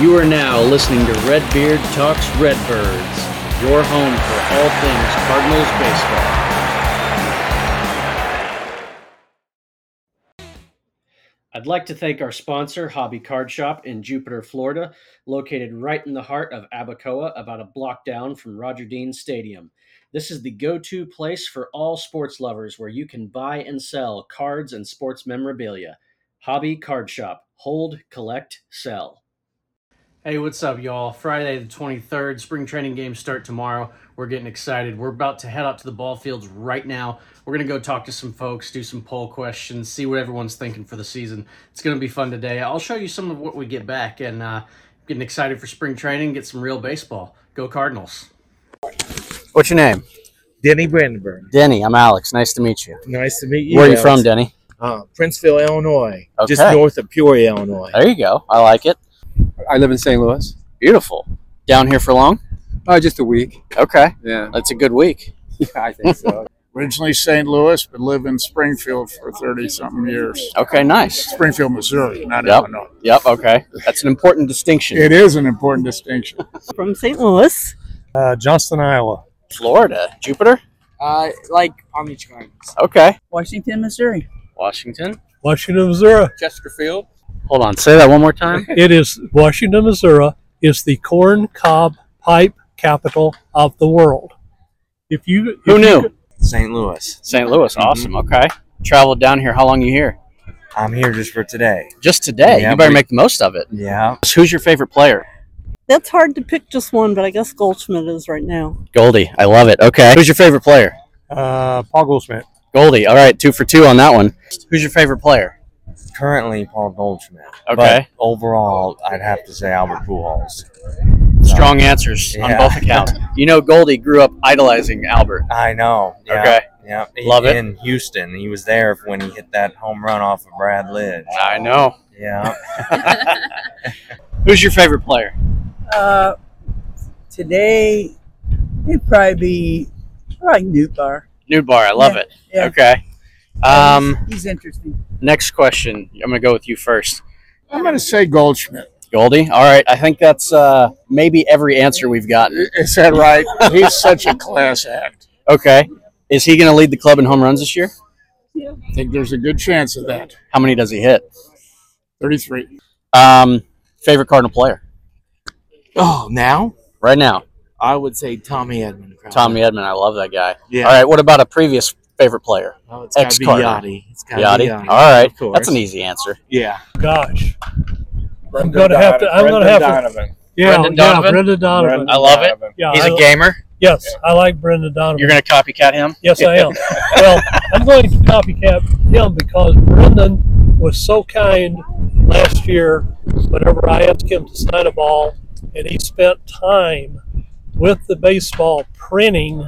You are now listening to Redbeard Talks Redbirds, your home for all things Cardinals baseball. I'd like to thank our sponsor, Hobby Card Shop in Jupiter, Florida, located right in the heart of Abacoa, about a block down from Roger Dean Stadium. This is the go to place for all sports lovers where you can buy and sell cards and sports memorabilia. Hobby Card Shop. Hold, collect, sell. Hey, what's up, y'all? Friday the 23rd, spring training games start tomorrow. We're getting excited. We're about to head out to the ball fields right now. We're going to go talk to some folks, do some poll questions, see what everyone's thinking for the season. It's going to be fun today. I'll show you some of what we get back and uh, getting excited for spring training, get some real baseball. Go Cardinals. What's your name? Denny Brandenburg. Denny, I'm Alex. Nice to meet you. Nice to meet you. Where are you Alex. from, Denny? Uh, Princeville, Illinois, Okay. just north of Peoria, Illinois. There you go. I like it. I live in St. Louis. Beautiful. Down here for long? Uh, just a week. Okay. Yeah. That's a good week. yeah, I think so. originally St. Louis, but live in Springfield for 30 something years. Okay, nice. Springfield, Missouri, not Yep. Illinois. Yep, okay. That's an important distinction. It is an important distinction. from St. Louis. Uh, Johnston, Iowa. Florida. Jupiter? Uh, like on each card. Okay. Washington, Missouri. Washington? Washington, Missouri. Chesterfield. Hold on. Say that one more time. It is Washington, Missouri is the corn cob pipe capital of the world. If you if Who you knew? could- St. Louis. St. Louis. Mm-hmm. Awesome. Okay. Traveled down here. How long you here? I'm here just for today. Just today. Yeah, you better we- make the most of it. Yeah. Who's your favorite player? That's hard to pick just one, but I guess Goldschmidt is right now. Goldie. I love it. Okay. Who's your favorite player? uh, Paul Goldsmith, Goldie. All right. Two for two on that one. Who's your favorite player? Currently, Paul Goldschmidt. But Okay. overall, I'd have to say Albert Pujols. Strong answers on Yeah. both accounts. You know, Goldie grew up idolizing Albert. I know. Yeah, Okay. Yeah. He- Love it. In Houston, he was there when he hit that home run off of Brad Lidge. I know. Yeah. Who's your favorite player? Uh, today it'd probably be like Newt Bar. Nude bar. I love Yeah, it. yeah. Okay. Um, he's interesting. next question. I'm going to go with you first. I'm going to say Goldschmidt. Goldie. All right. I think that's uh, maybe every answer we've gotten. Is that right? He's such a class act. Okay. Is he going to lead the club in home runs this year? I think there's a good chance of that. How many does he hit? 33. Um, favorite Cardinal player Oh, now right now? I would say Tommy Edmond. probably. Tommy Edmond. I love that guy. Yeah. All right. What about a previous favorite player? Oh, it's gotta be Ex-Carter. Yachty. It's gotta Yachty. be Yachty. All right. Of course. That's an easy answer. yeah. gosh, I'm gonna have to. I'm gonna have to. Yeah, Brendan yeah, Donovan? Brendan Donovan. I love it. yeah, Uh, He's I, a gamer. yes, I like Brendan Donovan. You're going to copycat him? Yes, I am. well, I'm going to copycat him because Brendan was so kind last year whenever I asked him to sign a ball, and he spent time with the baseball printing,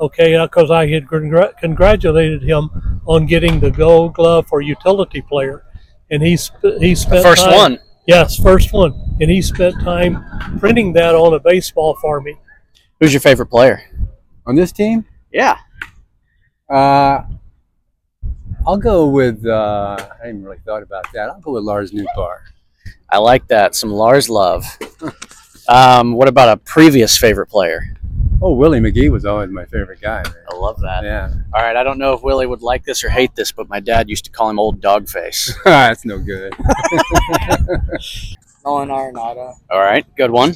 okay, because I had congr- congratulated him on getting the gold glove for utility player. And he, sp- he spent First time- one. Yes, first one. And he spent time printing that on a baseball for me. Who's your favorite player? On this team, Yeah. uh, I'll go with. Uh, I haven't really thought about that. I'll go with Lars Newbar. I like that. Some Lars love. Um, what about a previous favorite player? Oh, Willie McGee was always my favorite guy. I love that. Man. Yeah. All right, I don't know if Willie would like this or hate this, but my dad used to call him Old Dog Face. That's no good. Nolan Arenado. All right, good one.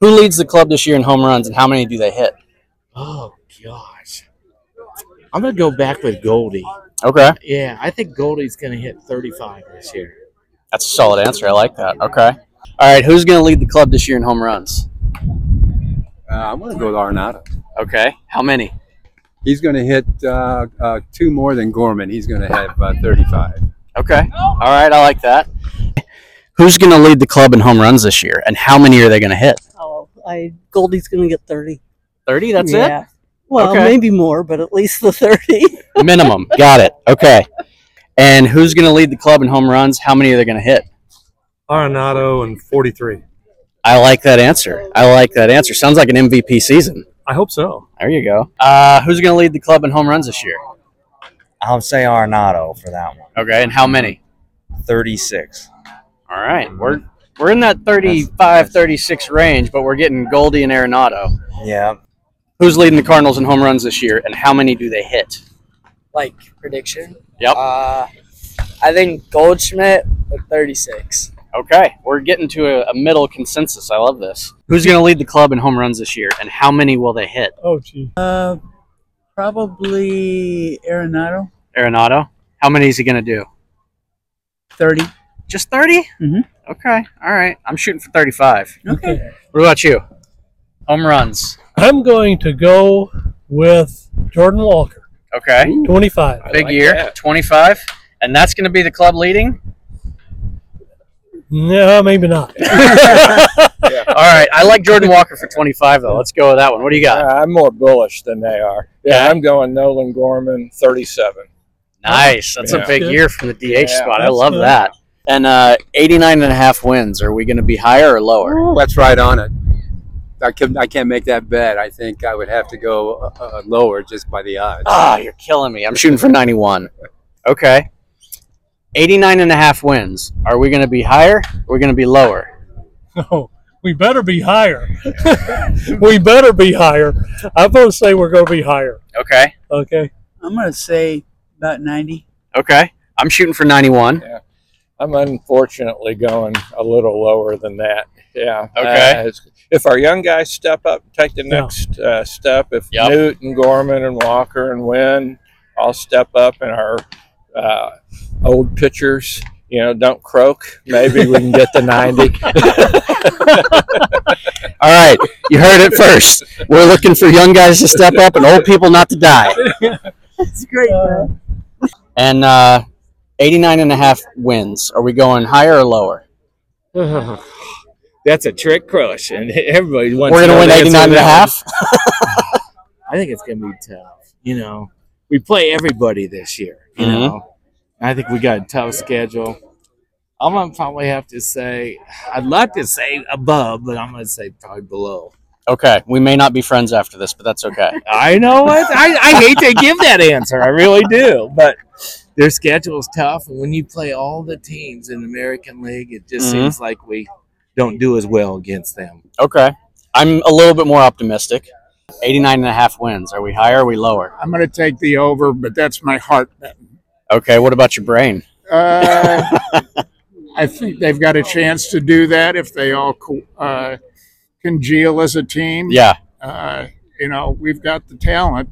Who leads the club this year in home runs, and how many do they hit? Oh gosh. I'm gonna go back with Goldie. Okay, Yeah, I think Goldie's gonna hit 35 this year. that's a solid answer. I like that. Okay. All right, who's going to lead the club this year in home runs? Uh, I'm gonna go with Arnado. Okay, how many? He's gonna hit uh, uh, two more than Gorman. He's gonna have uh, 35. Okay. All right, I like that. Who's going to lead the club in home runs this year, and how many are they going to hit? Oh, I Goldie's going to get thirty. 30, that's yeah. Well, Okay. maybe more, but at least the thirty. it? Minimum. Got it. Okay. And who's going to lead the club in home runs? How many are they going to hit? Arenado and 43. I like that answer. I like that answer. Sounds like an MVP season. I hope so. There you go. Uh, who's going to lead the club in home runs this year? I'll say Arnado for that one. Okay, and how many? 36. All right, we're We're in that 35, 36 range, but we're getting Goldie and Arenado. Yeah. Who's leading the Cardinals in home runs this year, and how many do they hit? like prediction. Yep. Uh, I think Goldschmidt with 36. Okay, we're getting to a, a middle consensus. I love this. Who's going to lead the club in home runs this year, and how many will they hit? Oh, gee. Uh, probably Arenado. Arenado, how many is he going to do? 30. Just 30? Mhm. Mm-hmm. Okay, all right. I'm shooting for 35. Okay. What about you? Home runs. I'm going to go with Jordan Walker, Okay, 25. big year, 25. And that's going to be the club leading? No, maybe not. All right, I like Jordan Walker for 25, though. Let's go with that one. What do you got? Uh, I'm more bullish than they are. Yeah, I'm going Nolan Gorman, 37. Nice. That's Yeah. a big Good. year from the DH Yeah, spot. I that's love good. that. And uh, 89 and a half wins. Are we going to be higher or lower? That's right on it. I can I can't make that bet. I think I would have to go uh, uh, lower just by the odds. Ah, you're killing me. I'm shooting for 91. Okay. 89 and a half wins. Are we going to be higher? We're going to be lower. No, we better be higher. we better be higher. I'm going to say we're going to be higher. Okay. Okay. I'm going to say about 90. Okay. I'm shooting for 91. I'm unfortunately going a little lower than that. Yeah. Okay. Uh, it's- if our young guys step up, take the Yeah. next uh, step. If Yep. Newt and Gorman and Walker and Wynn all step up, and our uh, old pitchers, you know, don't croak, maybe we can get the ninety. All right. You heard it first. We're looking for young guys to step up and old people not to die. That's great, man. And uh, 89 and a half wins. Are we going higher or lower? That's a trick question. Everybody wants We're going to know win the answer 89 and a that one. half? I think it's going to be tough. You know, we play everybody this year. You Mhm. know, I think we got a tough schedule. I'm going to probably have to say, I'd like to say above, but I'm going to say probably below. Okay, we may not be friends after this, but that's okay. I know what I, I hate to give that answer. I really do, but their schedule is tough, and when you play all the teams in the American League, it just Mhm. seems like we don't do as well against them. okay. I'm a little bit more optimistic. 89 and a half wins. Are we higher or are we lower? I'm going to take the over, but that's my heart bet. Okay, what about your brain? Uh, I think they've got a chance to do that if they all co- uh, congeal as a team. Yeah, Uh, you know, we've got the talent.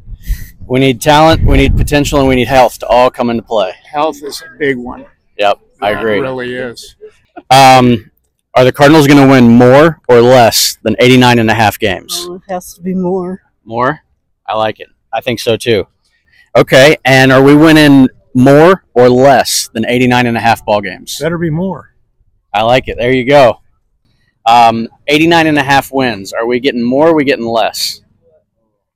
we need talent, we need potential, and we need health to all come into play. Health is a big one. Yep, I That agree. really is. Um, are the Cardinals going to win more or less than 89 and a half games? Oh, it has to be more. More? I like it. I think so too. Okay, and are we winning more or less than 89 and a half ball games? Better be more. I like it. There you go. Um, 89 and a half wins. Are we getting more or we getting less?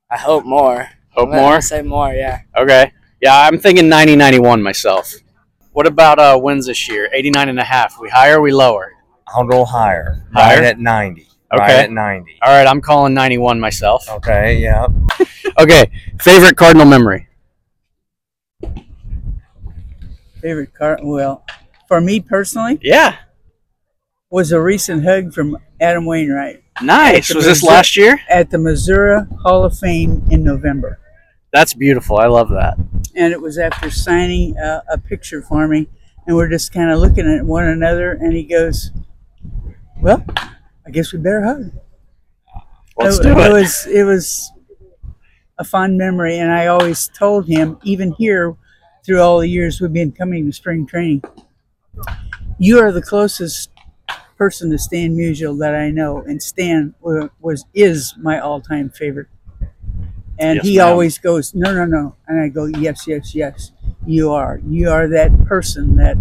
I hope more. Hope I'm gonna more? Say more, yeah. Okay. Yeah, I'm thinking 90 91 myself. What about uh, wins this year? 89 and a half. We higher, we lower? I'll roll higher. Higher? Right at 90. Right Okay. at 90. All right, I'm calling 91 myself. Okay, yeah. Okay. Favorite Cardinal memory? Favorite car? Well, for me personally, Yeah. was a recent hug from Adam Wainwright Nice. Was this last year? at the Missouri Hall of Fame in November. That's beautiful. I love that. and it was after signing a, a picture for me and we're just kind of looking at one another and he goes well i guess we better hug Let's it, do it. was it was a fond memory and i always told him even here through all the years we've been coming to spring training you are the closest person to stan musial that i know and stan wa- was is my all-time favorite and Yes, he ma'am. always goes no no no and i go yes yes yes you are you are that person that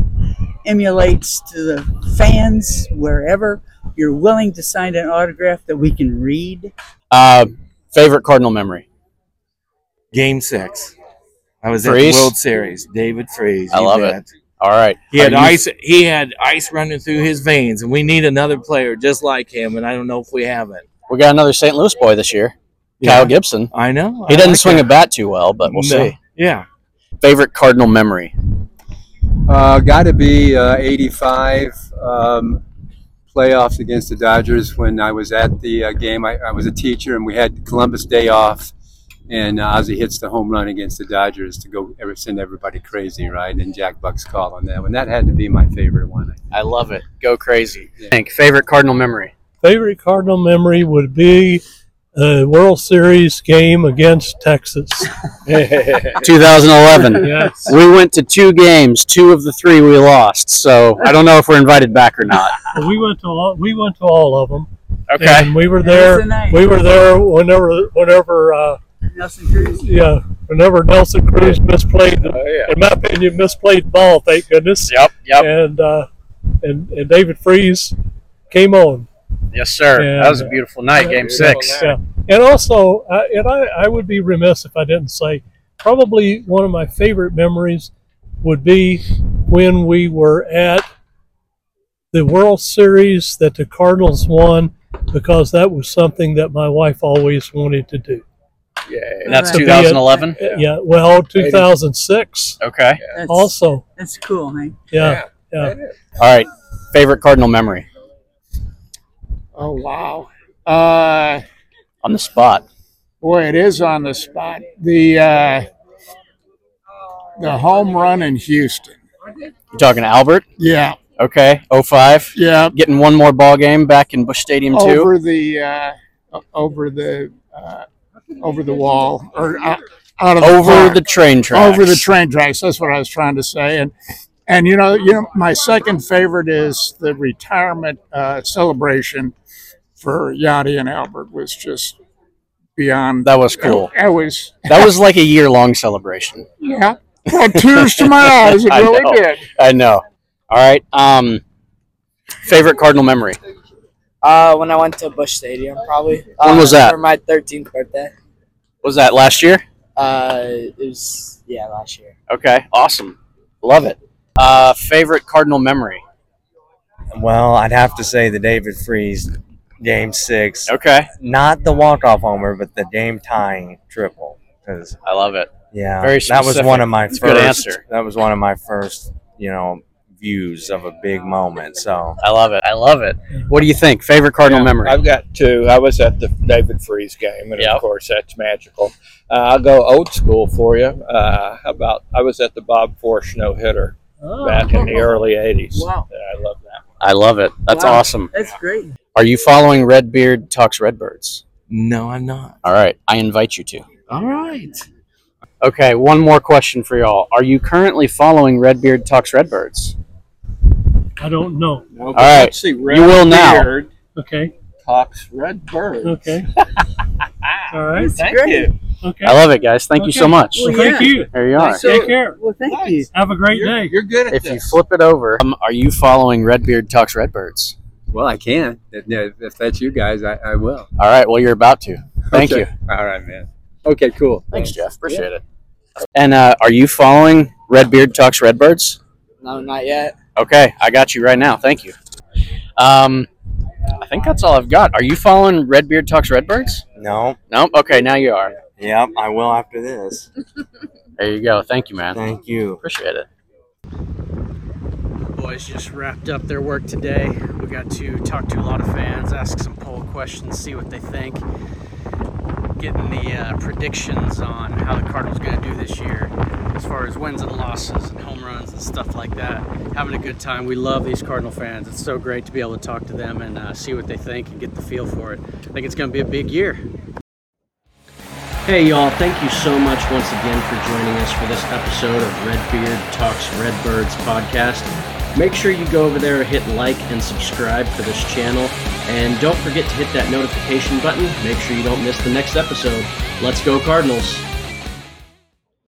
emulates to the fans wherever you're willing to sign an autograph that we can read Uh, favorite Cardinal memory? Game six. I was at Freeze? the World Series. David Freeze. I you love it. All right. He had Are you- ice. He had ice running through his veins, and we need another player just like him. And I don't know if we have it. We got another St. Louis boy this year, Kyle Gibson. I know. He I doesn't like swing it. a bat too well, but we'll No. see. Yeah. Favorite Cardinal memory? Uh, got to be uh, 85 um, playoffs against the Dodgers when I was at the uh, game. I, I was a teacher, and we had Columbus Day off, and uh, Ozzy hits the home run against the Dodgers to go ever send everybody crazy, right? And Jack Buck's call on that one. That had to be my favorite one. I love it. Go crazy. Hank, favorite Cardinal memory? Favorite Cardinal memory would be a World Series game against Texas. 2011. Yes. We went to two games. Two of the three we lost. So I don't know if we're invited back or not. We went to all, we went to all of them. Okay. And we were That was there. the night. We were there whenever whenever uh, Nelson Cruz. yeah whenever Nelson Cruz misplayed. Oh, In my opinion, misplayed ball. Thank goodness. Yep. Yep. And uh, and and David Freeze came on. Yes, sir. that was a And- beautiful night, game six. Yeah. And also, I, and I, I would be remiss if I didn't say, probably one of my favorite memories would be when we were at the World Series that the Cardinals won, because that was something that my wife always wanted to do. Yeah. And that's To be a- 2011? Yeah. well, 2006. Okay. That's, Also, that's cool, Hank. yeah, yeah. All right. Favorite Cardinal memory Oh wow. Uh, on the spot. Boy, it is on the spot. The uh, the home run in Houston. You talking to Albert? Yeah. Okay. 05. Yeah. Getting one more ball game back in Bush Stadium too. over the uh, o- over the uh, over the wall or out, out of Over park. the train tracks. Over the train tracks. That's what I was trying to say. And and you know, you know, my second favorite is the retirement uh, celebration for Yachty and Albert was just beyond. That was cool. That was That was like a year long celebration. yeah. Brought tears to my eyes. It I really know. did. I know. All right. Um, favorite Cardinal memory. Uh, when I went to Bush Stadium, probably. When Uh, was that? For my 13th birthday. Was that last year? Uh, it was yeah last year. Okay. Awesome. Love it. Uh, favorite Cardinal memory. Well, I'd have to say the David Freeze game six. Okay. Not the walk off homer, but the game tying triple. 'Cause, I love it. yeah, Very that was specific. one of my It's first. a good answer. That was one of my first, you know, views of a big moment. So I love it. I love it. What do you think? Favorite Cardinal memory. I've got two. I was at the David Freeze game, and Yep. of course that's magical. Uh, I'll go old school for you. Uh, how about I was at the Bob Forsh no hitter back in the early '80s. Wow. Yeah, I love that. I love it. That's Wow. awesome. That's great. Are you following Redbeard Talks Redbirds? No, I'm not. All right. I invite you to. All right. Okay. One more question for y'all. Are you currently following Redbeard Talks Redbirds? I don't know. All right. You will now. Okay. Talks Red Bird. Ah, Okay. All right. That's great. Okay. I love it, guys. Thank you Okay. so much. Well, Well, thank yeah. you. There you are. So- Take care. Well, thank you. Have a great day. You're good at If you this. flip it over, um, are you following Redbeard Talks Redbirds? Well, I can. If, if that's you guys, I, I will. All right. Well, you're about to. Thank Okay. you. All right, man. Okay, cool. Thanks, Jeff. Appreciate it. And uh, are you following Redbeard Talks Redbirds? No, not yet. Okay, I got you right now. Thank you. Um, I think that's all I've got. Are you following Redbeard Talks Redbirds? No. Nope. Okay, now you are. Yep, I will after this. There you go. Thank you, man. Thank you. Appreciate it. Boys just wrapped up their work today. We got to talk to a lot of fans, ask some poll questions, see what they think. Getting the uh, predictions on how the Cardinals going to do this year, as far as wins and losses and home runs and stuff like that. Having a good time. We love these Cardinal fans. It's so great to be able to talk to them and uh, see what they think and get the feel for it. I think it's going to be a big year. Hey, y'all, thank you so much once again for joining us for this episode of Redbeard Talks Redbirds podcast. Make sure you go over there, hit like, and subscribe for this channel. And don't forget to hit that notification button. Make sure you don't miss the next episode. Let's go, Cardinals.